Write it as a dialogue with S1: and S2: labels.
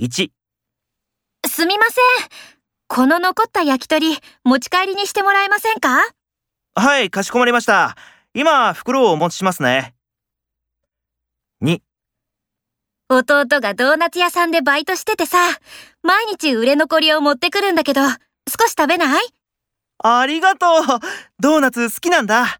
S1: 1、
S2: すみません。この残った焼き鳥、持ち帰りにしてもらえませんか
S1: はい、かしこまりました。今、袋をお持ちしますね。2、
S2: 弟がドーナツ屋さんでバイトしててさ、毎日売れ残りを持ってくるんだけど、少し食べない
S1: ありがとう。ドーナツ好きなんだ。